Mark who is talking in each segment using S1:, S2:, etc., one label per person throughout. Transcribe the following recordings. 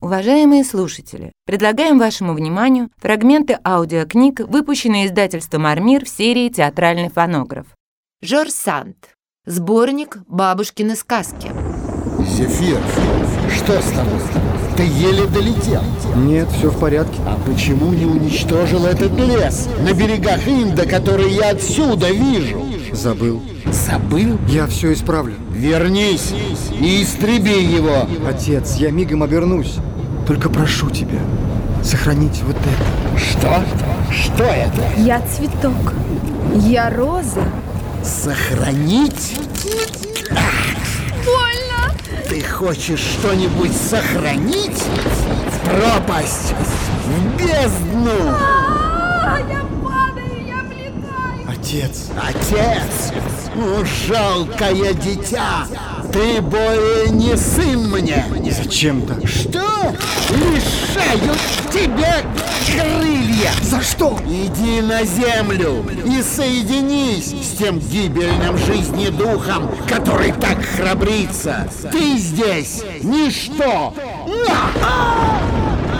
S1: Уважаемые слушатели, предлагаем вашему вниманию фрагменты аудиокниг, выпущенные издательством «Армир» в серии «Театральный фонограф».
S2: Жор Санд. Сборник «Бабушкины сказки».
S3: Зефир, что с тобой? Ты еле долетел.
S4: Нет, все в порядке.
S3: А почему не уничтожил этот лес на берегах Инда, который я отсюда вижу?
S4: Забыл.
S3: Забыл?
S4: Я все исправлю.
S3: Вернись и истреби его.
S4: Отец, я мигом обернусь. Только прошу тебя, сохранить вот это.
S3: Что? Что это?
S5: Я цветок. Я роза.
S3: Сохранить?
S5: Больно!
S3: Ты хочешь что-нибудь сохранить? В пропасть! В бездну!
S5: А, я падаю, я влетаю!
S4: Отец.
S3: Отец! О, жалкое дитя! Ты более не сын мне!
S4: Зачем так?
S3: Что? Лишают тебя крылья!
S4: За что?
S3: Иди на землю и соединись с тем гибельным жизни духом, который так храбрится. Ты здесь ничто. На!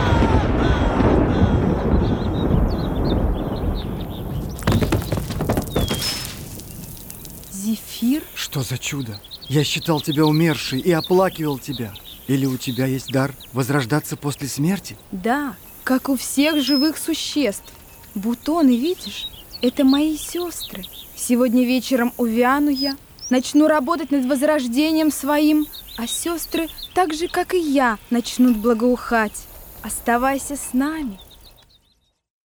S5: Зефир?
S4: Что за чудо? Я считал тебя умершей и оплакивал тебя. Или у тебя есть дар возрождаться после смерти?
S5: Да, как у всех живых существ. Бутоны, видишь? Это мои сестры. Сегодня вечером увяну я, начну работать над возрождением своим, а сестры, так же, как и я, начнут благоухать. Оставайся с нами,